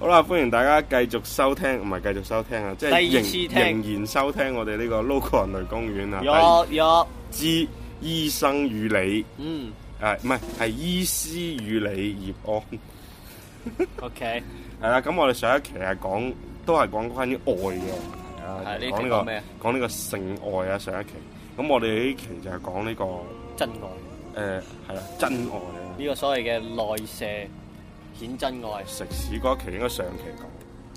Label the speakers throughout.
Speaker 1: 好啦，歡迎大家繼續收聽，唔係繼續收聽啊，即係
Speaker 2: 第二次
Speaker 1: 仍
Speaker 2: 聽
Speaker 1: 仍然收聽我哋呢個 Local 人類公園啊，
Speaker 2: 有有，
Speaker 1: 之醫生與你，
Speaker 2: 嗯
Speaker 1: 誒唔係係醫師與你葉
Speaker 2: ，OK，
Speaker 1: 安，係啦，咁我哋上一期係講都係講關於愛嘅，係啊
Speaker 2: 係呢期
Speaker 1: 講呢
Speaker 2: 講咩啊
Speaker 1: 個講呢個性愛啊，上一期，咁我哋呢期就係講呢個
Speaker 2: 真愛
Speaker 1: 誒係啦真愛啊，
Speaker 2: 呢個所謂嘅內射顯真愛
Speaker 1: 食屎嗰一期應該上期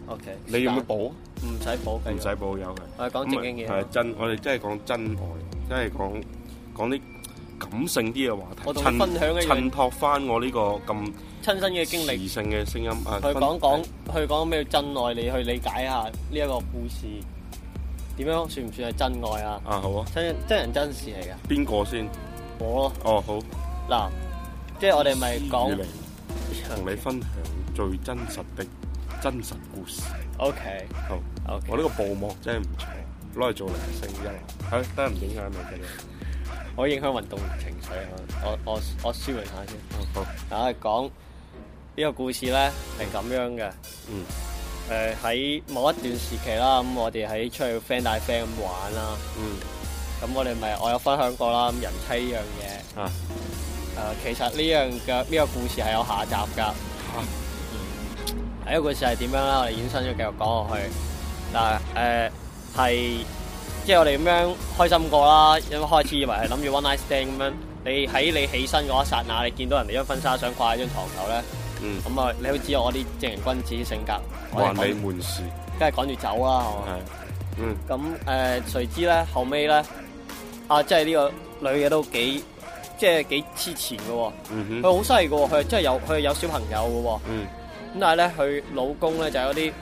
Speaker 1: 講，
Speaker 2: ，OK，
Speaker 1: 你要唔要補啊？
Speaker 2: 唔使補，
Speaker 1: 唔使補有嘅。
Speaker 2: 我哋講正經嘢
Speaker 1: 啊係真，我哋真係講真愛，真係講講啲感性啲嘅話題。
Speaker 2: 我同你分享一樣
Speaker 1: 襯托翻我呢個咁
Speaker 2: 親身嘅經歷
Speaker 1: 時性嘅聲音啊！
Speaker 2: 去
Speaker 1: 分
Speaker 2: 講講去講咩叫真愛，你去理解下呢一個故事點樣算唔算係真愛啊？
Speaker 1: 啊，好啊，
Speaker 2: 真真人真事嚟噶，
Speaker 1: 邊個先？
Speaker 2: 我咯
Speaker 1: 哦，好，
Speaker 2: 嗱，即係我哋咪
Speaker 1: 與
Speaker 2: 講
Speaker 1: 你同你分享最真實的真實故事。
Speaker 2: ，OK
Speaker 1: 好，我
Speaker 2: OK，
Speaker 1: 呢個布幕真係唔錯，攞嚟做鈴聲一流。係得唔影響你嘅你
Speaker 2: 我影響運動情緒啊，我我我舒緩下先。
Speaker 1: 哦好，
Speaker 2: 啊，講呢個故事咧係咁樣嘅。
Speaker 1: 嗯，
Speaker 2: 誒喺某一段時期啦，咁我哋喺出去 friend 帶 friend 咁玩啦，
Speaker 1: 嗯
Speaker 2: 咁我哋咪我有分享過啦，咁人妻呢樣嘢，誒、
Speaker 1: 啊，
Speaker 2: 其實呢樣嘅呢個故事係有下集㗎。呢個故事係點樣啦？我哋衍生咗繼續講落去。嗱誒係，即係我哋咁樣開心過啦，因為開始以為係諗住 one night stand 咁樣。你喺你起身嗰一剎那，你見到人哋張婚紗想掛喺張床頭咧，
Speaker 1: 嗯，
Speaker 2: 咁啊，你好知我啲正人君子性格，我
Speaker 1: 還
Speaker 2: 哋
Speaker 1: 你啊
Speaker 2: 趕
Speaker 1: 門市
Speaker 2: 梗係趕住走啦，係嘛？
Speaker 1: 係，嗯
Speaker 2: 咁誒、呃，誰知咧後尾咧，啊，即係呢個女嘅都幾，即係幾黐纏嘅喎。
Speaker 1: 嗯哼，
Speaker 2: 佢好犀利嘅喎，佢係真係有佢係有小朋友嘅喎。
Speaker 1: 嗯
Speaker 2: 咁但係咧，佢老公咧就有啲誒、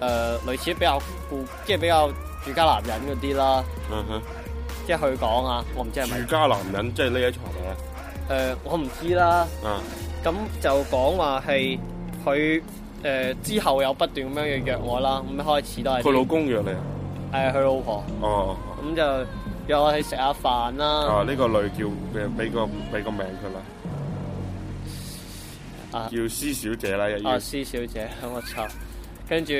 Speaker 2: 呃、類似比較顧，即係比較住家男人嗰啲啦。
Speaker 1: 嗯哼。
Speaker 2: 即係佢講啊，我唔知係咪
Speaker 1: 住家男人即係匿喺床度啦，嗯
Speaker 2: 誒，我唔知啦。
Speaker 1: 啊，
Speaker 2: 咁就講話係佢誒之後有不斷咁樣嘅約我啦。咁一開始都係
Speaker 1: 佢老公約你啊，
Speaker 2: 誒佢老婆，
Speaker 1: 哦，
Speaker 2: 咁就約我去食下飯啦。
Speaker 1: 啊呢個女叫俾俾個俾個名佢啦，
Speaker 2: 啊
Speaker 1: 叫施小姐啦，又
Speaker 2: 啊
Speaker 1: 要
Speaker 2: 施小姐， 我操！跟住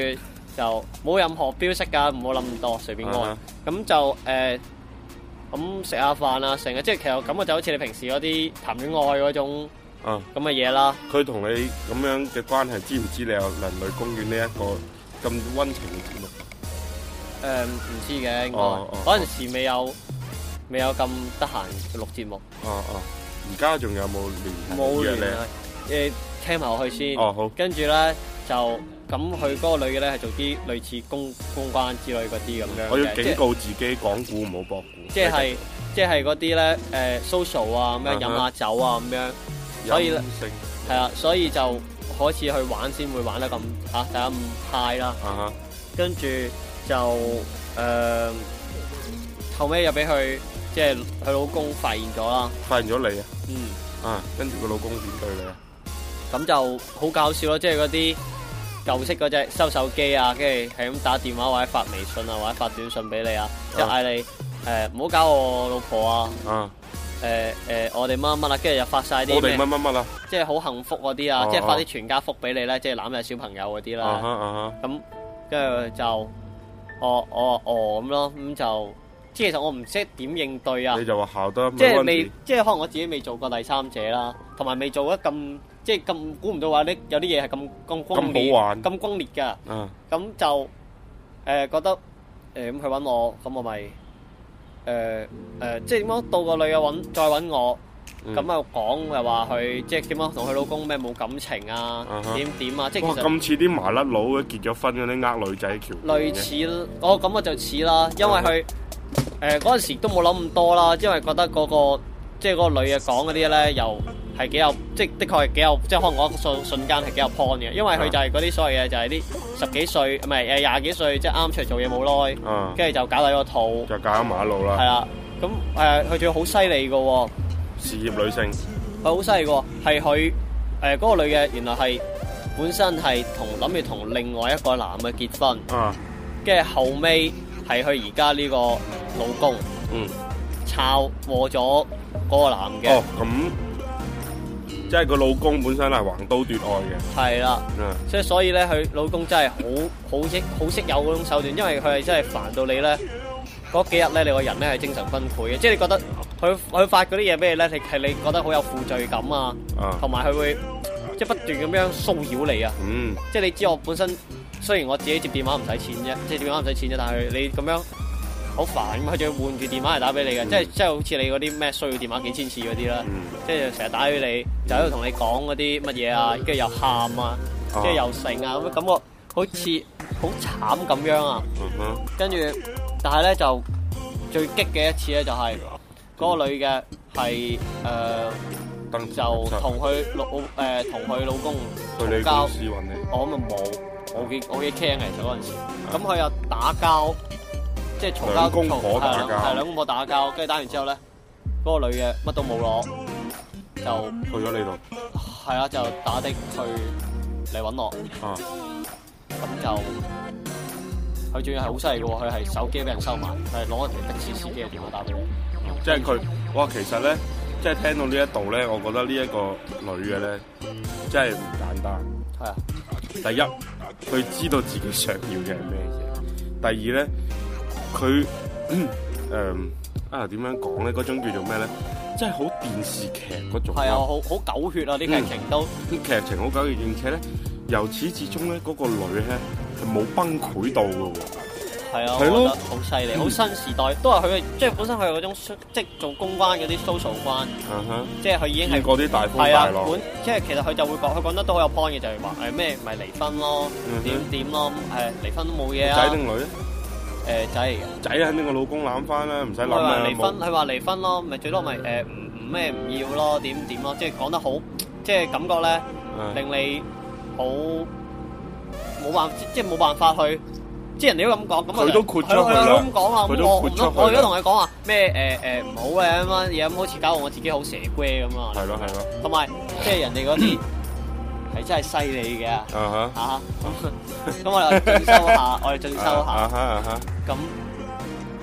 Speaker 2: 就冇任何標識㗎，唔好諗咁多，隨便
Speaker 1: 啊
Speaker 2: 安。咁就誒，咁食下飯啊，成日即係其實感覺就好似你平時嗰啲談戀愛嗰種
Speaker 1: 啊，
Speaker 2: 咁嘅嘢啦。
Speaker 1: 佢同你咁樣嘅關係，知唔知你有人類公園呢一個咁溫情嘅節目？
Speaker 2: 誒呃唔知嘅應該
Speaker 1: 哦哦
Speaker 2: 嗰陣時未有未有咁得閒錄節目，
Speaker 1: 哦哦，而家仲有冇聯繫
Speaker 2: 冇
Speaker 1: 約
Speaker 2: 聯
Speaker 1: 你啊？
Speaker 2: 繫。誒聽埋落去先。
Speaker 1: 哦好，
Speaker 2: 跟住咧就咁，佢嗰個女嘅咧係做啲類似公公關之類嗰啲咁樣嘅。
Speaker 1: 我
Speaker 2: 即
Speaker 1: 要
Speaker 2: 係
Speaker 1: 警告自己講古唔好博古，
Speaker 2: 即係即係嗰啲咧誒 social 啊
Speaker 1: Uh-huh
Speaker 2: 咁樣飲下酒啊咁樣，所以
Speaker 1: 陰
Speaker 2: 咧
Speaker 1: 性
Speaker 2: 係啦，所以就開始去玩先會玩得咁嚇、啊、大家唔派啦，
Speaker 1: 啊
Speaker 2: 跟住就誒、呃、後尾又俾佢即係佢老公發現咗啦，
Speaker 1: 嚇，發現咗你啊，
Speaker 2: 嗯，
Speaker 1: 啊，跟住個老公點對你啊？
Speaker 2: 咁就好搞笑咯，即係嗰啲。舊式嗰只收手機啊，跟住係咁打電話或者發微信啊，或者發短信俾你啊，就嗌你誒唔好搞我老婆啊，
Speaker 1: 啊，
Speaker 2: 誒、誒、我哋乜乜啦，跟住又發晒啲
Speaker 1: 我
Speaker 2: 咩
Speaker 1: 哋乜乜乜啊，
Speaker 2: 即係好幸福嗰啲啊
Speaker 1: 哦，
Speaker 2: 即係發啲全家福俾你咧，即係攬住小朋友嗰啲
Speaker 1: 啊哈
Speaker 2: 啦。
Speaker 1: 啊哈，
Speaker 2: 咁跟住就哦哦哦咁咯，咁就即係其實我唔識點應對啊
Speaker 1: 你，就話校得
Speaker 2: 即係
Speaker 1: 冇
Speaker 2: 未
Speaker 1: 溫
Speaker 2: 即係可能我自己未做過第三者啦，同埋未做得咁即係咁估唔到話啲有啲嘢係咁咁轟
Speaker 1: 咁
Speaker 2: 烈
Speaker 1: 好玩
Speaker 2: 咁轟烈㗎，
Speaker 1: 熱啊，
Speaker 2: 咁就誒、呃、覺得誒咁、佢揾我，咁我咪誒誒即係點講到個女嘅揾再揾我。
Speaker 1: 嗯
Speaker 2: 咁又講又話佢即係點樣同佢老公咩冇感情啊
Speaker 1: 啊哈
Speaker 2: 點點啊，即
Speaker 1: 哇！
Speaker 2: 係其實
Speaker 1: 咁似啲麻甩佬嘅結咗婚嗰啲呃女仔橋段嘅
Speaker 2: 類似我感覺就似啦，因為佢誒嗰陣時都冇諗咁多啦，因為覺得嗰、個即係嗰個女嘅講嗰啲咧又係幾有即係的確係幾有即係可能我瞬瞬間係幾有 point 嘅，因為佢就係嗰啲所謂嘅就係啲十幾歲唔係誒廿幾歲即係啱出嚟做嘢冇耐，
Speaker 1: 啊，
Speaker 2: 跟住就搞大個肚
Speaker 1: 就嫁咗馬路
Speaker 2: 係啊
Speaker 1: 啦，
Speaker 2: 啦，咁誒佢仲要好犀利嘅喎。
Speaker 1: 事業女性
Speaker 2: 佢好犀利喎，係佢誒嗰個女嘅，原來係本身係同諗住同另外一個男嘅結婚，
Speaker 1: 啊，
Speaker 2: 跟住後尾係佢而家呢個老公
Speaker 1: 嗯，哦
Speaker 2: 抄禍咗嗰個男嘅，
Speaker 1: 哦，咁即係個老公本身係橫刀奪愛嘅，
Speaker 2: 係啦。
Speaker 1: 啊
Speaker 2: 即係所以咧，佢老公真係好好識好識有嗰種手段，因為佢係真係煩到你咧。嗰幾日咧，你個人咧係精神崩潰嘅，即係你覺得佢佢發嗰啲嘢俾你咧，你係你覺得好有負罪感啊，
Speaker 1: 啊，
Speaker 2: 同埋佢會即係不斷咁樣騷擾你啊。
Speaker 1: 嗯
Speaker 2: 即係你知我本身雖然我自己接電話唔使錢啫，即係電話唔使錢啫，但係你咁樣好煩咁，佢仲要換住電話嚟打俾你嘅，即係即係好似你嗰啲咩需要電話幾千次嗰啲啦，
Speaker 1: 嗯，
Speaker 2: 即係成日打俾你，就喺度同你講嗰啲乜嘢啊，跟住又喊啊，跟
Speaker 1: 啊
Speaker 2: 住又剩啊，咁感覺好似好慘咁樣啊，
Speaker 1: 嗯哼，
Speaker 2: 跟住但係咧就最激嘅一次咧就係、嗰、個女嘅係誒。呃
Speaker 1: 登
Speaker 2: 就同佢老誒同佢老公
Speaker 1: 去你
Speaker 2: 嘈
Speaker 1: 公
Speaker 2: 交，
Speaker 1: 司揾你，
Speaker 2: 我咪冇，我幾我幾驚嘅，其實嗰陣時，咁佢又打交，即係嘈交，
Speaker 1: 兩公婆打交
Speaker 2: 嘈係係兩公婆打交，跟住打完之後咧，嗰、個女嘅乜都冇攞，就
Speaker 1: 去咗你度，
Speaker 2: 係啦，就打的去嚟揾我，
Speaker 1: 啊
Speaker 2: 咁就佢仲要係好犀利嘅喎，佢係手機俾人收埋，佢係攞人哋的士司機嘅電話打俾我，
Speaker 1: 即係佢，哇，其實咧，即係聽到呢一度咧，我覺得呢一個女嘅咧，真係唔簡單。
Speaker 2: 係啊，
Speaker 1: 第一，佢知道自己想要嘅係咩嘢；第二咧，佢 誒、嗯啊點樣講咧？嗰種叫做咩咧？即係好電視劇嗰種
Speaker 2: 係啊，
Speaker 1: 啦，
Speaker 2: 好好狗血啊，
Speaker 1: 嗯
Speaker 2: 啲劇情都
Speaker 1: 啲劇情好搞笑，而且咧由始至終咧嗰、個女咧係冇崩潰到嘅喎。
Speaker 2: 係啊，我
Speaker 1: 係
Speaker 2: 覺
Speaker 1: 咯
Speaker 2: 得好犀利，好新時代，都係佢嘅即係本身佢係嗰種即係做公關嗰啲 social 關，
Speaker 1: 啊哈，
Speaker 2: 即係佢已經係
Speaker 1: 見。過啲大風
Speaker 2: 係啊
Speaker 1: 大，浪，
Speaker 2: 本即係其實佢就會講，佢講得都好有 point 嘅，就係話誒咩咪離婚咯
Speaker 1: 嗯，哼
Speaker 2: 點點咯，咁誒離婚都冇嘢
Speaker 1: 仔
Speaker 2: 啊
Speaker 1: 定，女咧？
Speaker 2: 誒仔嚟嘅。
Speaker 1: 仔肯定個老公攬翻啦，唔使諗
Speaker 2: 佢話
Speaker 1: 啦，
Speaker 2: 離
Speaker 1: 冇
Speaker 2: 婚，佢話離婚咯，咪最多咪誒唔唔咩唔要咯，點點咯，即係講得好，即係感覺咧
Speaker 1: 啊
Speaker 2: 令你好冇辦法，即係冇辦法去。即係人哋都咁講，咁我
Speaker 1: 佢
Speaker 2: 就
Speaker 1: 都豁出去啦
Speaker 2: 佢佢都咁講話，
Speaker 1: 佢都
Speaker 2: 我
Speaker 1: 豁出去啦
Speaker 2: 我而家同佢講話咩誒誒唔好嘅咁樣嘢，咁好似搞到我自己好蛇龜咁啊！
Speaker 1: 係咯係咯，
Speaker 2: 同埋即係人哋嗰啲係真係犀利嘅
Speaker 1: 啊哈。
Speaker 2: 嚇，咁咁我哋進修 下，我哋進修
Speaker 1: 啊
Speaker 2: 下，
Speaker 1: 哈啊哈，
Speaker 2: 咁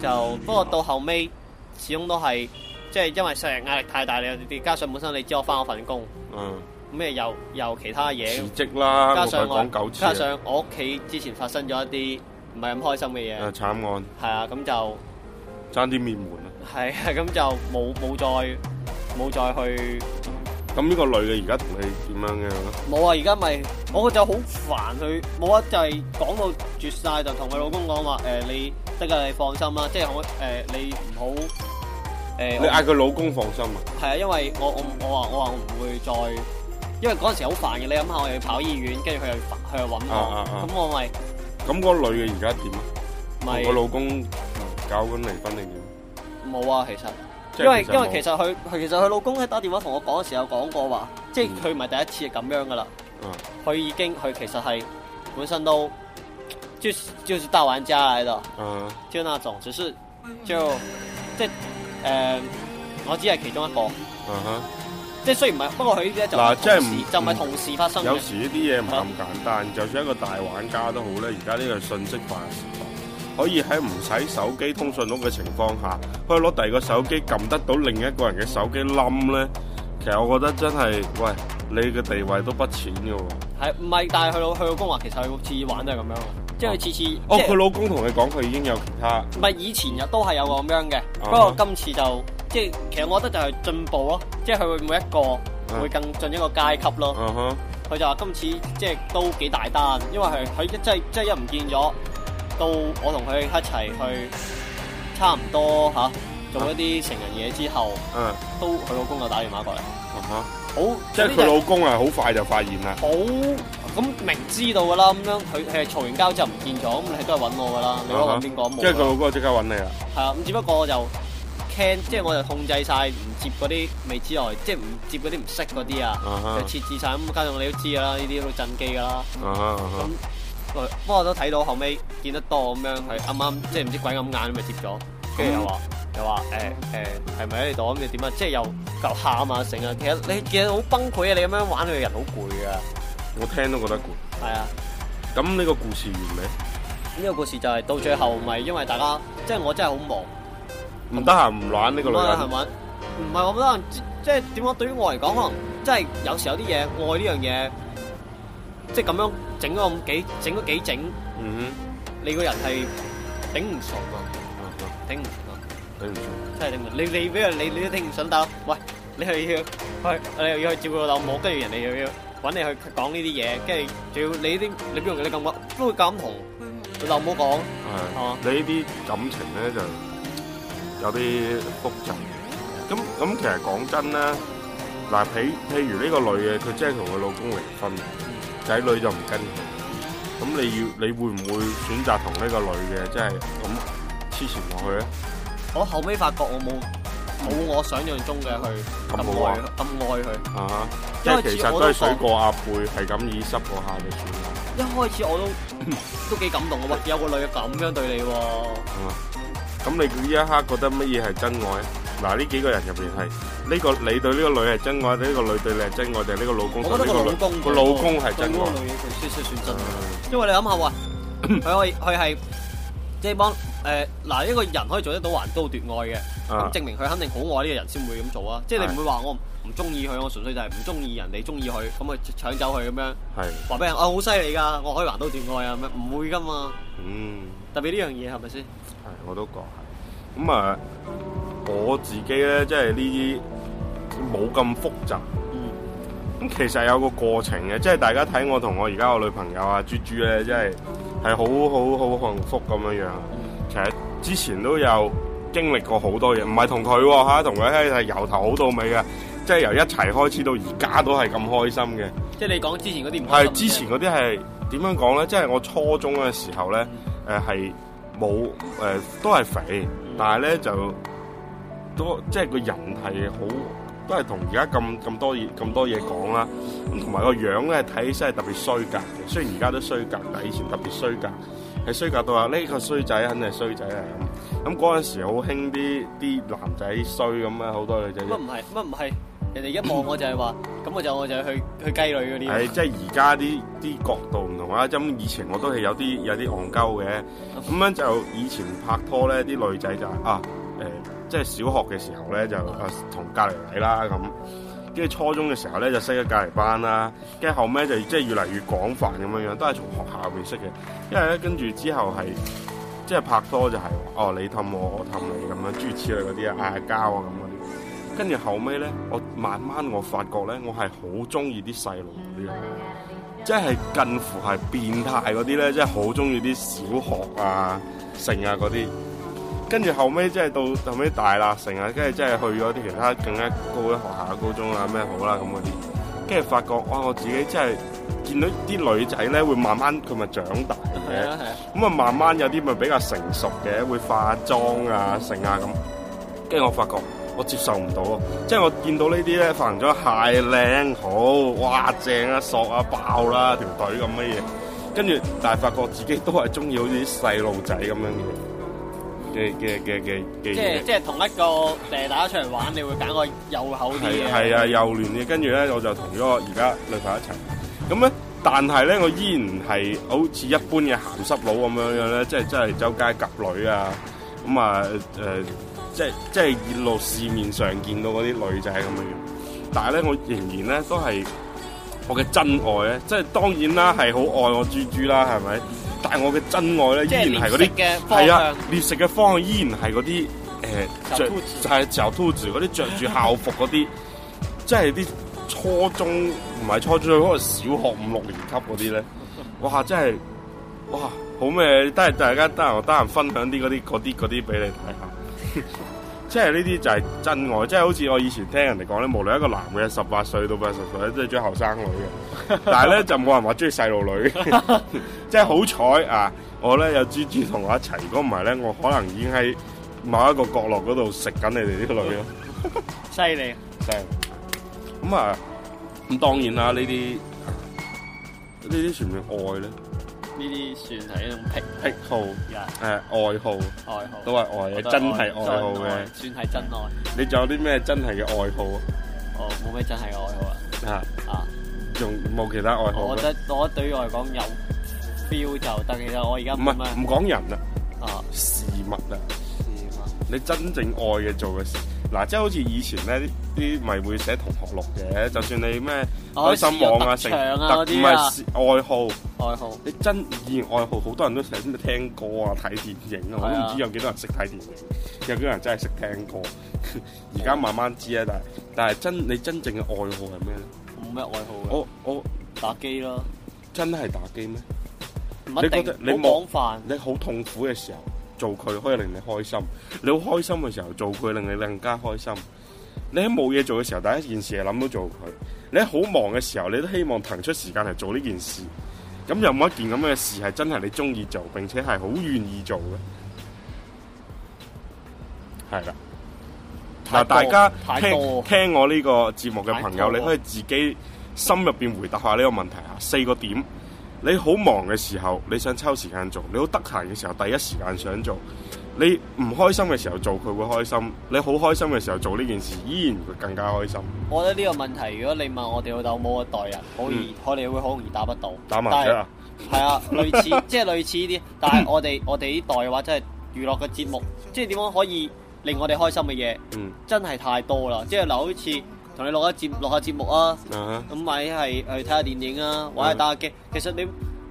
Speaker 2: 就不過到後尾始終都係即係因為成日壓力太大，你加上本身你知我翻我份工，
Speaker 1: 嗯，
Speaker 2: 咩又又其他嘢
Speaker 1: 辭，職啦，
Speaker 2: 加
Speaker 1: 我同
Speaker 2: 上
Speaker 1: 佢講九
Speaker 2: 我
Speaker 1: 次
Speaker 2: 加
Speaker 1: 啊，
Speaker 2: 上我屋企之前發生咗一啲唔係咁開心嘅嘢
Speaker 1: 誒，慘案，
Speaker 2: 係啊，咁就。
Speaker 1: 爭啲面門啊！
Speaker 2: 係啊，咁就冇冇再冇再去
Speaker 1: 咁呢個女嘅而家同你點樣嘅咧？
Speaker 2: 冇啊！而家咪我就好煩佢冇啊，就係、講到絕晒，就同佢老公講話誒，你得㗎，你放心啦，即係我誒、你唔好誒，
Speaker 1: 你
Speaker 2: 我
Speaker 1: 嗌佢老公放心啊！
Speaker 2: 係啊，因為我我我話我話我唔會再，因為嗰陣時好煩嘅，你諗下我又要跑醫院，跟住佢又煩佢又揾
Speaker 1: 啊啊
Speaker 2: 我，咁、
Speaker 1: 啊
Speaker 2: 我咪
Speaker 1: 咁嗰個女嘅而家點啊？
Speaker 2: 咪
Speaker 1: 同個老公搞緊離婚定點？
Speaker 2: 冇啊，其實。
Speaker 1: 即係
Speaker 2: 因為
Speaker 1: 實
Speaker 2: 因為
Speaker 1: 冇
Speaker 2: 其實佢佢其實佢老公喺打電話同我講嘅時候講過話，即係佢唔係第一次係咁樣噶啦
Speaker 1: 嗯。
Speaker 2: 佢、已經佢其實係本身都就是就是大玩家嚟的，
Speaker 1: 啊
Speaker 2: 就那種，只是就即係誒、我只係其中一個，
Speaker 1: 啊哈，
Speaker 2: 即係雖然唔係，不過佢呢啲咧就
Speaker 1: 嗱
Speaker 2: 唔係
Speaker 1: 即係
Speaker 2: 同時
Speaker 1: 唔嗯
Speaker 2: 就唔係同時發生嘅
Speaker 1: 有，時呢啲嘢唔係咁簡單，就算一個大玩家都好咧，而家呢個信息化嘅時代，可以喺唔使手機通訊錄嘅情況下，可以攞第二個手機撳得到另一個人嘅手機冧咧。其實我覺得真係，喂，你嘅地位都不淺嘅喎。
Speaker 2: 係唔係？但係佢老佢老公話其實佢次次玩都係咁樣，即係佢次次即
Speaker 1: 哦，佢
Speaker 2: 係
Speaker 1: 老公同你講佢已經有其他，
Speaker 2: 唔係以前日都係有個咁樣嘅，
Speaker 1: 啊
Speaker 2: 不過今次就即係其實我覺得就係進步咯，即係佢會每一個。
Speaker 1: 啊
Speaker 2: 會更進一個階級咯。
Speaker 1: 嗯哼，
Speaker 2: 佢就話今次即係都幾大單，因為佢佢一即係即係一唔見咗，到我同佢一齊去差唔多吓、做一啲成人嘢之後，
Speaker 1: 嗯，啊
Speaker 2: 都佢老公就打電話過嚟，
Speaker 1: 哈。
Speaker 2: 好
Speaker 1: 即係佢老公啊，好快就發現啦。
Speaker 2: 好咁明知道㗎啦，咁樣佢佢係嘈完交之後唔見咗，咁你都係揾我㗎啦，你
Speaker 1: 啊
Speaker 2: 講
Speaker 1: 哈
Speaker 2: 揾邊個冇
Speaker 1: 即係佢
Speaker 2: 㗎？
Speaker 1: 老公即刻揾你啦。
Speaker 2: 係啊，咁只不過我就 can 即係我就控制晒唔接嗰啲未知外，即係唔接嗰啲唔識嗰啲啊，
Speaker 1: 啊哈
Speaker 2: 就設置晒咁，加上你都知㗎啦，呢啲都震機㗎啦。
Speaker 1: 啊哈啊哈
Speaker 2: 喂不過我都睇到後尾見得多咁樣，佢啱啱即係唔知鬼咁眼咁咪接咗，跟住又話又話誒誒係咪喺你度咁你點啊？即係又又喊啊成啊！其實你見到好崩潰啊！你咁樣玩佢嘅人好攰噶，
Speaker 1: 我聽都覺得攰。
Speaker 2: 係啊！
Speaker 1: 咁呢個故事完未？
Speaker 2: 呢個故事就係到最後咪因為大家即係我真係好忙，
Speaker 1: 唔得閒唔玩呢個
Speaker 2: 咁
Speaker 1: 女
Speaker 2: 啊係
Speaker 1: 人。
Speaker 2: 咪？唔係我覺得即即係點講？對於我嚟講，可能真係有時有啲嘢愛呢樣嘢，即係咁樣整咗咁幾整咗幾整，
Speaker 1: 嗯
Speaker 2: 你個人係頂唔順啊，
Speaker 1: 哼，
Speaker 2: 頂唔順啊，
Speaker 1: 頂唔順，
Speaker 2: 真係頂唔順。你你俾人你你都頂唔順，大佬，喂，你又要去你又要去照顧老母，跟住人哋又要揾你去講呢啲嘢，跟住仲要你啲你邊用你咁講，都會咁同你老母講，係
Speaker 1: 係
Speaker 2: 嘛。
Speaker 1: 你呢啲感情咧就有啲複雜。咁咁其實講真啦，嗱，譬譬如呢個女嘅，佢真係同佢老公離婚，仔女就唔跟佢。咁你要你會唔會選擇同呢個女嘅即係咁黐纏落去咧？
Speaker 2: 我後尾發覺我冇冇我想象中嘅去咁
Speaker 1: 咁好啊
Speaker 2: 愛佢咁愛佢。
Speaker 1: 啊，即
Speaker 2: 因為
Speaker 1: 係其
Speaker 2: 似
Speaker 1: 實
Speaker 2: 我
Speaker 1: 都係
Speaker 2: 都
Speaker 1: 水
Speaker 2: 講
Speaker 1: 過鴨背，係咁以濕過下就算啦。
Speaker 2: 一開始我都都 幾感動啊嘅，喂， 有個女嘅咁樣對你喎，
Speaker 1: 係嘛咁你呢一刻覺得乜嘢係真愛咧？嗱，呢幾個人入邊係呢個你對呢個女係真愛，呢個女對你係真愛，定係呢個老
Speaker 2: 我
Speaker 1: 公
Speaker 2: 覺
Speaker 1: 對
Speaker 2: 得個
Speaker 1: 呢個
Speaker 2: 老
Speaker 1: 女
Speaker 2: 公
Speaker 1: 個老公係
Speaker 2: 對
Speaker 1: 真
Speaker 2: 嗰
Speaker 1: 愛
Speaker 2: 個？女嘅佢先先算真愛，因為你諗下喂， 佢可以佢係即係幫誒嗱一個人可以做得到橫刀奪愛嘅，
Speaker 1: 啊
Speaker 2: 咁證明佢肯定好愛呢個人先會咁做啊！即係你唔會話我唔中意佢，我純粹就係唔中意人哋中意佢，咁啊搶走佢咁樣，
Speaker 1: 係
Speaker 2: 話俾人啊好犀利㗎，我可以橫刀奪愛啊咁樣，唔會㗎嘛，
Speaker 1: 嗯
Speaker 2: 特別呢樣嘢係咪先？
Speaker 1: 係，我都覺係。咁啊，我自己咧，即係呢啲冇咁複雜。
Speaker 2: 嗯，
Speaker 1: 咁其實有個過程嘅，即係大家睇我同我而家我女朋友啊豬豬咧，即係係好好好幸福咁樣樣。其實之前都有經歷過好多嘢，唔係同佢喎嚇，同佢咧係由頭好到尾嘅，即係由一齊開始到而家都係咁開心嘅。
Speaker 2: 即係你講之前嗰啲唔開
Speaker 1: 係
Speaker 2: 心
Speaker 1: 之前嗰啲係點樣講咧？即係我初中嘅時候咧，誒係冇誒都係肥，但係咧就都即係個人係好都係同而家咁咁多嘢咁多嘢講啦，咁同埋個樣咧睇起身係特別衰格嘅。雖然而家都衰格，但係以前特別衰格，係衰格到話呢個衰仔肯定係衰仔嚟咁。咁嗰陣時好興啲啲男仔衰咁啊，好多女仔
Speaker 2: 乜唔係乜唔係，人哋一望我就係話，咁我就我就去去雞女嗰啲。啊
Speaker 1: 係即係而家啲啲角度唔同啦，咁以前我都係有啲有啲戇鳩嘅，咁樣就以前拍拖咧，啲女仔就啊誒、即係小學嘅時候咧就啊同隔離位啦咁，跟住初中嘅時候咧就識咗隔離班啦，跟住後尾就即係越嚟越廣泛咁樣樣，都係從學校入面識嘅，因為咧跟住之後係。即係拍拖就係、哦，你氹我，我氹你咁樣，諸如此類嗰啲啊，嗌下交啊咁嗰啲。跟住後尾咧，我慢慢我發覺咧，我係好中意啲細路嗰啲人，即係近乎係變態嗰啲咧，即係好中意啲小學啊、成啊嗰啲。跟住後尾即係到後尾大啦，成啊，跟住即係去咗啲其他更加高嘅學校、高中啊咩好啦咁嗰啲。跟住發覺哇，我自己真係見到啲女仔咧，會慢慢佢咪長大嘅。
Speaker 2: 係啊係啊，
Speaker 1: 咁啊，慢慢有啲咪比較成熟嘅，會化妝啊、成啊咁。跟住我發覺我接受唔到啊，即係我見到呢啲咧化完咗蟹靚好，哇正啊、索啊、爆啦、條隊咁嘅嘢。跟住但係發覺自己都係中意好似啲細路仔咁樣嘅嘅嘅嘅嘅嘅
Speaker 2: 即
Speaker 1: 嘢
Speaker 2: 係。即係同一個誒大家出嚟玩，你會揀個幼口啲
Speaker 1: 係
Speaker 2: 嘅。
Speaker 1: 係啊，幼嫩嘅。跟住咧，我就同咗我而家女朋友一齊。咁咧，但係咧，我依然係好似一般嘅鹹濕佬咁樣樣咧，即係真係周街夾女啊，咁啊誒，即係即係沿路市面上見到嗰啲女仔咁樣樣。但係咧，我仍然咧都係我嘅真愛咧，即係當然啦，係好愛我豬豬啦，係咪？但係我嘅真愛
Speaker 2: 即係
Speaker 1: 咧，依然係嗰啲
Speaker 2: 獵食嘅方
Speaker 1: 係啊
Speaker 2: 向。，
Speaker 1: 獵食嘅方向依然係嗰啲誒
Speaker 2: 小兔
Speaker 1: 着
Speaker 2: 子
Speaker 1: 就係小兔子嗰啲着住校服嗰啲， 即係啲初中唔係初中，可能小學五六年級嗰 啲咧，哇！真係哇，好咩？得閒大家得閒我得閒分享啲嗰啲嗰啲嗰啲俾你睇下。 即係呢啲就係真愛，即係好似我以前聽人哋講咧，無論一個男嘅十八歲到八十歲，都係中意後生女 嘅，但係咧就冇人話中意細路女， 即係好彩啊！我咧有豬豬同我一齊，如果唔係咧，我可能已經喺某一個角落嗰度食緊你哋呢個女咯。
Speaker 2: 犀利。
Speaker 1: 真係咁啊，咁當然啦，呢啲呢啲算唔算愛咧？
Speaker 2: 呢啲算係一種癖
Speaker 1: 癖好誒、
Speaker 2: 嘅
Speaker 1: 愛好
Speaker 2: 愛好。
Speaker 1: 都係愛嘅，
Speaker 2: 覺得
Speaker 1: 真係愛好
Speaker 2: 真愛
Speaker 1: 嘅。
Speaker 2: 算係真愛。
Speaker 1: 你仲有啲咩真係嘅愛好
Speaker 2: 哦，冇咩真係愛好啊！
Speaker 1: 啊？
Speaker 2: 啊，
Speaker 1: 仲冇其他愛好
Speaker 2: 我覺
Speaker 1: 咩？
Speaker 2: 得我覺得對於我嚟講有 feel 就得嘅啦。其實我而家
Speaker 1: 唔
Speaker 2: 冇
Speaker 1: 係
Speaker 2: 咩
Speaker 1: 唔講人啊，
Speaker 2: 啊
Speaker 1: 事物啊，
Speaker 2: 事嘛。
Speaker 1: 你真正愛嘅做嘅事。嗱，即係好似以前咧，啲啲咪會寫同學錄嘅，就算你咩
Speaker 2: 哦
Speaker 1: 開心網啊、
Speaker 2: 似
Speaker 1: 成
Speaker 2: 有特長啊嗰
Speaker 1: 特唔
Speaker 2: 啲啊
Speaker 1: 係愛好，
Speaker 2: 愛好。
Speaker 1: 你真意愛好，好多人都成日聽歌啊、睇電影啊，我
Speaker 2: 係啊
Speaker 1: 都唔知有幾多人識睇電影，有幾多人真係識聽歌。 而家慢慢知啊，但係但係真你真正嘅愛好係咩咧？
Speaker 2: 冇咩愛好嘅，
Speaker 1: 我我
Speaker 2: 打機咯，
Speaker 1: 真係打機咩？
Speaker 2: 唔
Speaker 1: 你
Speaker 2: 一
Speaker 1: 覺
Speaker 2: 定
Speaker 1: 得你
Speaker 2: 好
Speaker 1: 望
Speaker 2: 廣泛。
Speaker 1: 你好痛苦嘅時候做佢可以令你開心，你好開心嘅時候做佢令你更加開心。你喺冇嘢做嘅時候，第一件事係諗到做佢；你喺好忙嘅時候，你都希望騰出時間嚟做呢件事。咁有冇一件咁嘅事係真係你中意做，並且係好願意做嘅？係啦，
Speaker 2: 太多
Speaker 1: 嗱，大家
Speaker 2: 太
Speaker 1: 聽
Speaker 2: 多
Speaker 1: 聽我呢個節目嘅朋友，
Speaker 2: 太多
Speaker 1: 你可以自己心入邊回答下呢個問題啊，四個點。你好忙嘅時候，你想抽時間做；你好得閒嘅時候，第一時間想做；你唔開心嘅時候做，佢會開心；你好開心嘅時候做呢件事，依然會更加開心。
Speaker 2: 我覺得呢個問題，如果你問我哋老豆母嗰代人，好易，我哋會好容易答不到。
Speaker 1: 嗯打麻雀啊！
Speaker 2: 但係！係啊，類 似即係類似呢啲，但係我哋我哋呢代嘅話，真係娛樂嘅節目，即係點樣可以令我哋開心嘅嘢，
Speaker 1: 嗯
Speaker 2: 真係太多啦。即係嗱，好似同你落一節落下節目啊，
Speaker 1: 啊
Speaker 2: 咁咪係誒睇下電影啊，或者打下機。其實你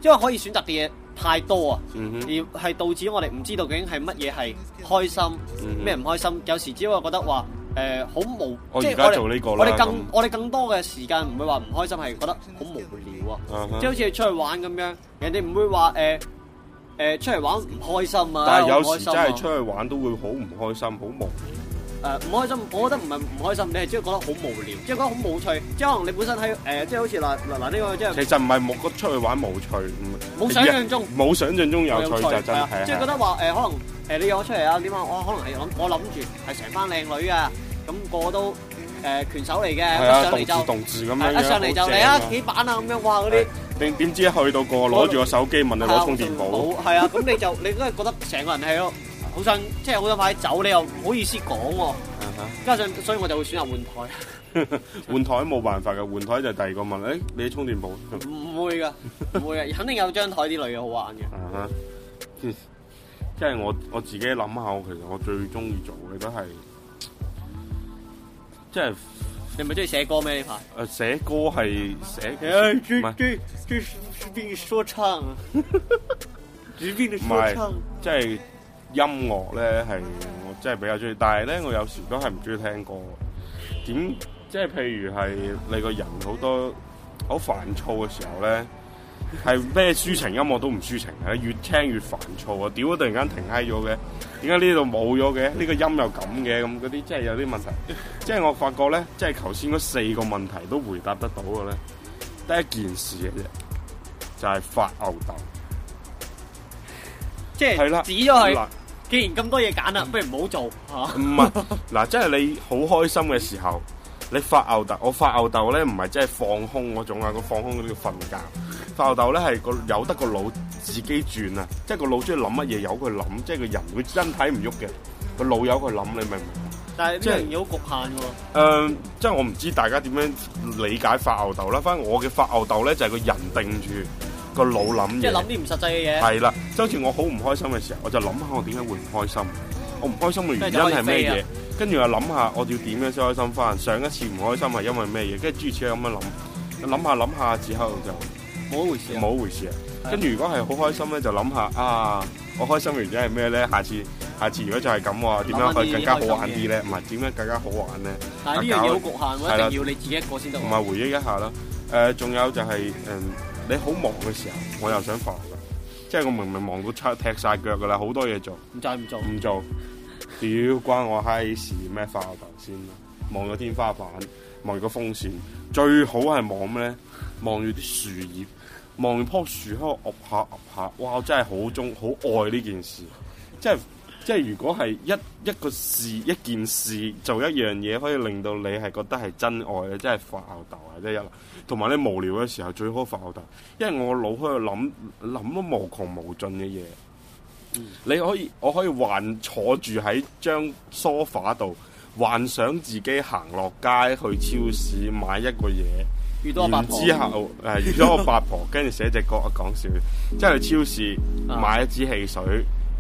Speaker 2: 因為可以選擇嘅嘢太多啊。
Speaker 1: 嗯哼
Speaker 2: 而係導致我哋唔知道究竟係乜嘢係開心，
Speaker 1: 嗯
Speaker 2: 咩唔開心。有時只會覺得話誒好無，
Speaker 1: 我
Speaker 2: 即係
Speaker 1: 而家
Speaker 2: 哋
Speaker 1: 做呢個啦
Speaker 2: 我哋
Speaker 1: 咁
Speaker 2: 更我哋更多嘅時間唔會話唔開心，係覺得好無聊啊。
Speaker 1: 啊哈
Speaker 2: 即係好似你出去玩咁樣，人哋唔會話誒誒出嚟玩唔開心啊，
Speaker 1: 但係
Speaker 2: 好唔
Speaker 1: 有
Speaker 2: 開
Speaker 1: 時
Speaker 2: 心
Speaker 1: 真
Speaker 2: 啊
Speaker 1: 係出去玩都會好唔開心，好忙。
Speaker 2: 誒唔開心，我覺得唔係唔開心，你係只係覺得好無聊，即係覺得好冇趣。即係可能你本身喺誒，即係好似嗱嗱嗱呢個即係
Speaker 1: 其實唔係冇出去玩冇趣，唔
Speaker 2: 冇想象中。
Speaker 1: 冇想象中有趣就真
Speaker 2: 係啊
Speaker 1: 係。
Speaker 2: 即係覺得話誒，可能誒你約我出嚟啊，點啊？我可能係諗，我諗住係成班靚女啊，咁個個都誒拳手嚟嘅，
Speaker 1: 係
Speaker 2: 一
Speaker 1: 啊，
Speaker 2: 上嚟
Speaker 1: 動字
Speaker 2: 就
Speaker 1: 動字咁樣
Speaker 2: 係
Speaker 1: 樣，
Speaker 2: 一上嚟就
Speaker 1: 好正
Speaker 2: 嚟啊
Speaker 1: 啊
Speaker 2: 幾板啊咁樣，哇嗰啲
Speaker 1: 點點知一去到個攞住個手機問你
Speaker 2: 係啊
Speaker 1: 攞充電寶，
Speaker 2: 冇係啊，咁你就 你都係覺得成個人係咯，好想即係好想快啲走，你又唔好意思講喎，加上所以我就會選擇換台，
Speaker 1: 換台冇辦法嘅，換台就第二個問，誒你充電寶，
Speaker 2: 唔會㗎，唔會㗎，肯定有張台啲女嘅好玩嘅。
Speaker 1: 啊哈，嗯即係我我自己諗下，我其實我最中意做嘅都係，即係
Speaker 2: 你咪中意寫歌咩呢排？
Speaker 1: 誒寫歌係寫，
Speaker 2: 誒，
Speaker 1: 唔係
Speaker 2: 最最最疾病說唱 啊， 疾病的
Speaker 1: 唔
Speaker 2: 說
Speaker 1: 係
Speaker 2: 唱。
Speaker 1: 即係音樂咧係我真係比較中意，但係咧我有時都係唔中意聽歌，點即係譬如係你個人好多好煩躁嘅時候咧。係咩抒情音樂都唔抒情嘅，越聽越煩躁啊！屌，突然間停閪咗嘅，點解呢度冇咗嘅？呢、個音又咁嘅，咁嗰啲即係有啲問題。即係我發覺咧，即係頭先嗰四個問題都回答得到嘅咧，得一件事嘅啫，就係、發吽豆。
Speaker 2: 即係
Speaker 1: 係啦，
Speaker 2: 指咗佢。
Speaker 1: 嗱
Speaker 2: 既然咁多嘢揀啦，不如唔好做嚇。
Speaker 1: 唔係嗱，即係你好開心嘅時候，你發吽豆。我發吽豆咧，唔係即係放空嗰種啊，個放空嗰啲叫瞓覺。發吽豆咧係個由得個腦自己轉啊，即係個腦中意諗乜嘢由佢諗，即係個人會身體唔喐嘅，個腦由佢諗，你明唔明？
Speaker 2: 但係
Speaker 1: 即係
Speaker 2: 呢樣嘢好局限喎。
Speaker 1: 誒、即係我唔知大家點樣理解發吽豆啦。反正我嘅發吽豆咧就係、個人定住個腦諗嘢。
Speaker 2: 即係諗啲唔實際嘅嘢。
Speaker 1: 係啦，即係好似我好唔開心嘅時候，我就諗下我點解會唔開心，我唔開心嘅原因係咩嘢，跟住又諗下我要點樣先開心翻。上一次唔開心係因為咩嘢，跟住諸如此類咁樣諗，諗下諗下之後就
Speaker 2: 冇一回事啊。
Speaker 1: 冇回事啊。跟住如果係好開心咧，就諗下啊，我開心嘅原因係咩咧？下次下次如果就係咁喎，點樣可以更加好玩啲咧？唔係點樣更加好玩咧？
Speaker 2: 但係呢樣嘢好局限
Speaker 1: 係
Speaker 2: 喎，
Speaker 1: 啦
Speaker 2: 一定要你自己一個先得
Speaker 1: 唔
Speaker 2: 喎。
Speaker 1: 係回憶一下啦。誒、仲有就係、誒、你好忙嘅時候，我又想放㗎，即係我明明忙到出踢晒腳㗎啦，好多嘢做。
Speaker 2: 唔就係唔做。
Speaker 1: 唔做，屌關我閪事咩？化頭先啦，望咗天花板，望住個風扇，最好係望咩咧？望住啲樹葉，望住棵樹喺度噏下噏下，哇！我真係好中好愛呢件事，即係即係如果係一一個事一件事做一樣嘢，可以令到你係覺得係真愛嘅，真係發吽豆啊！真係一流。同埋你無聊嘅時候最好發吽豆，因為我腦喺度諗諗到無窮無盡嘅嘢。你可以，我可以幻坐住喺張梳化度，幻想自己行落街去超市買一個嘢，
Speaker 2: 遇到阿八
Speaker 1: 然
Speaker 2: 婆。
Speaker 1: 之後誒遇咗個八婆，跟住寫只歌啊講笑，即係去超市
Speaker 2: 啊
Speaker 1: 買一支汽水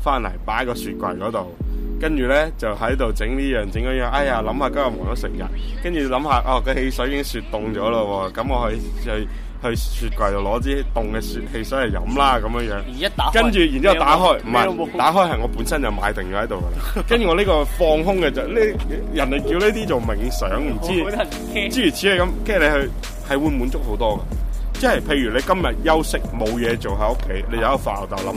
Speaker 1: 翻嚟擺喺個雪櫃嗰度，
Speaker 3: 跟住咧就喺度整呢樣整嗰樣，哎呀諗下今日忙咗成日，跟住諗下哦個汽水已經雪凍咗咯喎，咁我去去去雪櫃度攞支凍嘅雪汽水嚟飲啦咁樣樣。
Speaker 2: 而一打開
Speaker 3: 跟住，然之後打開，唔
Speaker 2: 咩都冇
Speaker 3: 係打開係我本身就買定咗喺度㗎 啦。跟住我呢個放空嘅就呢，人哋叫呢啲做冥想，唔知
Speaker 2: 我覺得唔驚
Speaker 3: 諸如此類咁。跟住你去係會滿足好多嘅，即係譬如你今日休息冇嘢做喺屋企，你有一發吽豆諗，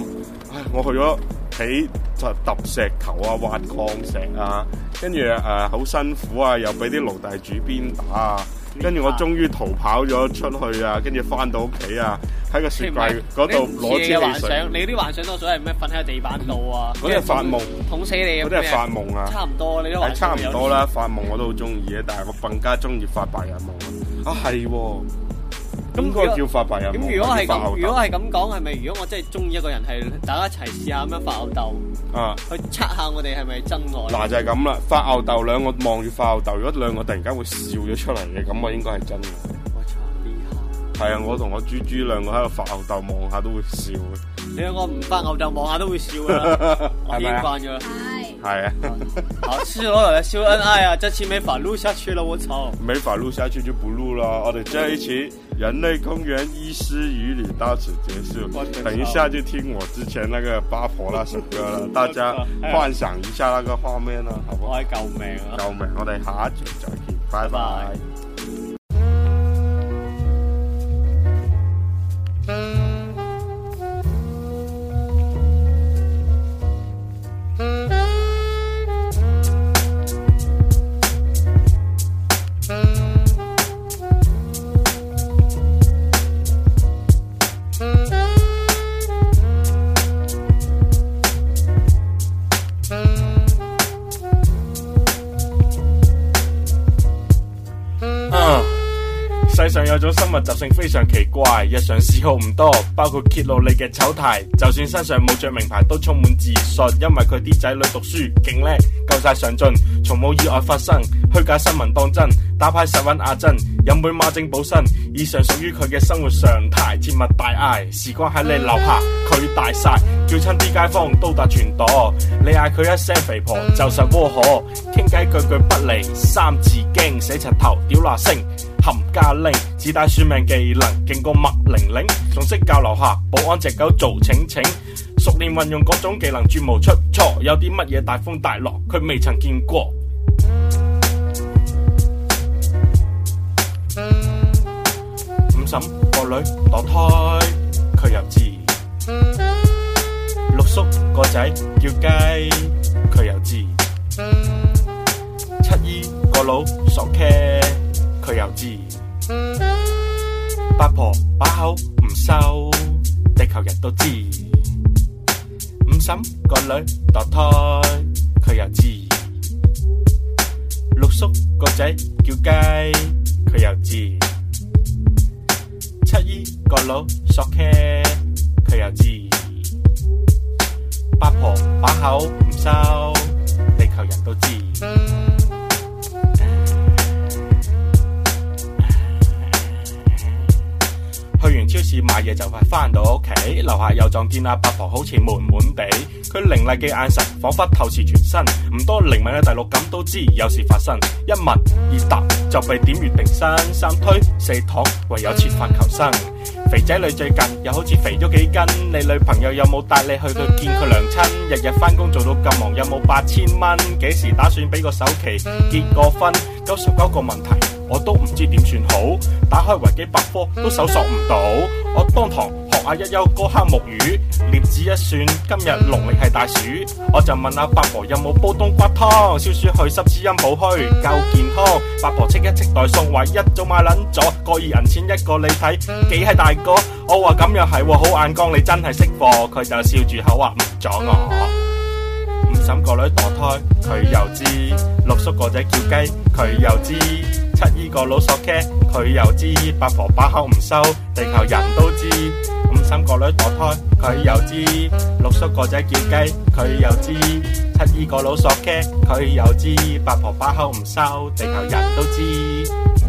Speaker 3: 唉，我去咗起就揼石頭啊、挖礦石啊，跟住誒好辛苦啊，又俾啲奴隸主鞭打啊。跟住我終於逃跑咗出去啊！跟住翻到屋企啊，喺個雪櫃嗰度攞支
Speaker 2: 你嘅幻
Speaker 3: 汽水。
Speaker 2: 想，你啲幻想多數係咩？瞓喺個地板度啊，
Speaker 3: 嗰啲係發夢，
Speaker 2: 捅死你
Speaker 3: 嗰
Speaker 2: 咁
Speaker 3: 啲係發
Speaker 2: 樣，
Speaker 3: 夢啊，
Speaker 2: 差唔多你都
Speaker 3: 係
Speaker 2: 幻想
Speaker 3: 差唔
Speaker 2: 有
Speaker 3: 多啦。發夢我都好中意嘅，但係我更加中意發白日夢啊。啊係喎，
Speaker 2: 咁
Speaker 3: 應該叫發白日夢。
Speaker 2: 咁如果係
Speaker 3: 或者發
Speaker 2: 咁，
Speaker 3: 吽豆
Speaker 2: 如果係咁講，係咪如果我真係中意一個人，係大家一齊試下咁樣發吽豆，
Speaker 3: 啊
Speaker 2: 去測下我哋係咪真愛？
Speaker 3: 嗱就係咁啦，發吽豆兩個望住發吽豆，如果兩個突然間會笑咗出嚟嘅，咁我啊應該係真嘅。
Speaker 2: 我操呢下！
Speaker 3: 係啊，我同我豬豬兩個喺度發吽豆，望下都會笑嘅，
Speaker 2: 你兩個唔發吽豆望下都會笑㗎 啦，我已
Speaker 3: 係
Speaker 2: 經
Speaker 3: 咪啊？
Speaker 2: 慣咗啦。
Speaker 3: 係啊，
Speaker 2: 好，是我來秀恩愛啊！這期沒法錄下去了，我操！
Speaker 3: 沒法錄下去就不錄啦。我哋這一期《人類公園醫師語里到此结束
Speaker 2: 我知道。
Speaker 3: 等一下就听我之前那个八婆那首歌了，大家幻想一下那个画面啦，啊好不
Speaker 2: 我
Speaker 3: 好？
Speaker 2: 係救命啊！
Speaker 3: 救命！我哋下一集再见，拜
Speaker 2: 拜拜
Speaker 3: 拜。啊！世上有種生物習性非常奇怪，日常嗜好唔多，包括揭露你嘅醜態。就算身上冇着名牌，都充滿自信，因為佢啲仔女讀書勁叻，夠晒上進，從冇意外發生。虛假新聞當真，打牌實揾阿珍，飲杯馬精補身。以上屬於佢嘅生活常態，切勿大嗌。時光喺你樓下，佢大晒，叫親啲街坊都達全朵。你嗌佢一聲肥婆就實窩可，傾偈句句不離三字經，死柒頭屌那星。冚家拎，只帶算命技能勁過麥玲玲，仲識教樓下保安隻狗做請請，熟練運用嗰種技能，絕無出錯。有啲乜嘢大風大浪，佢未曾見過。五嬸個女墮胎，佢又知；六叔個仔叫雞，佢又知；七姨個佬傻茄，佢又知；八婆把口唔收，地球人都知；五嬸個女墮胎，佢又知；六叔個仔叫雞，佢又知。七姨個佬索茄，佢又知；八婆把口唔收，地球人都知。去完超市買嘢就快翻到屋企，樓下又撞見阿八婆好似悶悶地，佢凌厲嘅眼神彷彿透視全身，唔多靈敏嘅第六感都知有事發生，一問二答就被點穴定身，三推四搪唯有設法求生。肥仔女最近又好似肥咗幾斤，你女朋友有冇帶你去佢見佢娘親？日日翻工做到咁忙，有冇八千蚊？幾時打算俾個首期？結個婚？九十九個問題我都唔知點算好，打開維基百科都搜索唔到，我當堂學阿一休哥敲木魚，捏指一算，今日農曆係大暑，我就問阿八婆有冇煲冬瓜湯，消暑去濕滋陰補虛，夠健康。八婆戚一戚袋餸，話一早買撚咗，個二銀錢一個，你睇幾係大個？我話咁又係喎，好眼光，你真係識貨。佢就笑住口話唔阻我。五嬸個女墮胎，佢又知；六叔個仔叫雞，佢又知；七姨個老索茄，佢又知；八婆把口唔收，地球人都知。五嬸個女墮胎，佢又知；六叔個仔叫雞，佢又知；七姨個老索茄，佢又知；八婆把口唔收，地球人都知。